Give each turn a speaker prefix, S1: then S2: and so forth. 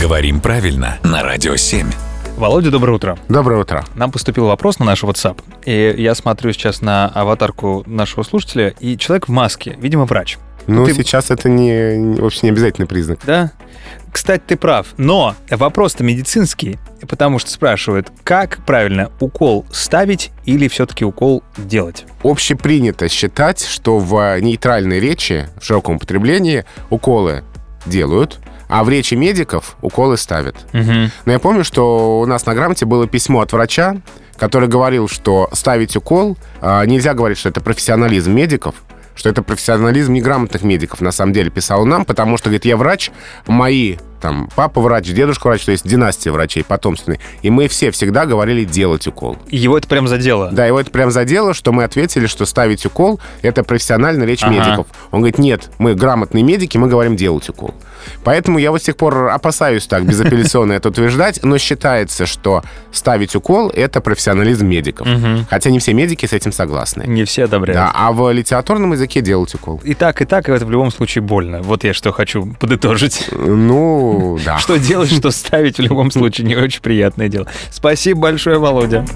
S1: Говорим правильно на Радио 7.
S2: Володя, доброе утро.
S3: Доброе утро.
S2: Нам поступил вопрос на наш WhatsApp. И я смотрю сейчас на аватарку нашего слушателя, и человек в маске, видимо, врач.
S3: Ну,
S2: ты-
S3: сейчас это не, вообще не обязательный признак.
S2: Да? Кстати, ты прав. Но вопрос-то медицинский, потому что спрашивают, как правильно укол ставить или все-таки укол делать?
S3: Общепринято считать, что в э, нейтральной речи, в широком употреблении, уколы делают, а в речи медиков уколы ставят. Но я помню, что у нас на грамоте было письмо от врача, который говорил, что ставить укол а, нельзя говорить, что это профессионализм медиков, что это профессионализм неграмотных медиков, на самом деле, писал он нам, потому что, говорит, я врач, мои там папа врач, дедушка врач, то есть династия врачей потомственной, и мы все всегда говорили делать укол.
S2: Его это прям задело.
S3: Да, его это прям задело, что мы ответили, что ставить укол — это профессиональная речь
S2: Ага.
S3: медиков. Он говорит, нет, мы грамотные медики, мы говорим делать укол. Поэтому я вот с тех пор опасаюсь так безапелляционно это утверждать, но считается, что ставить укол — это профессионализм медиков.
S2: Мгм.
S3: Хотя не все медики с этим согласны.
S2: Не все одобряют.
S3: Да, а в литературном языке делать укол.
S2: И так, и так, и это в любом случае больно. Вот я что хочу подытожить.
S3: Ну, да.
S2: Что делать, что ставить в любом случае не очень приятное дело. Спасибо большое, Володя.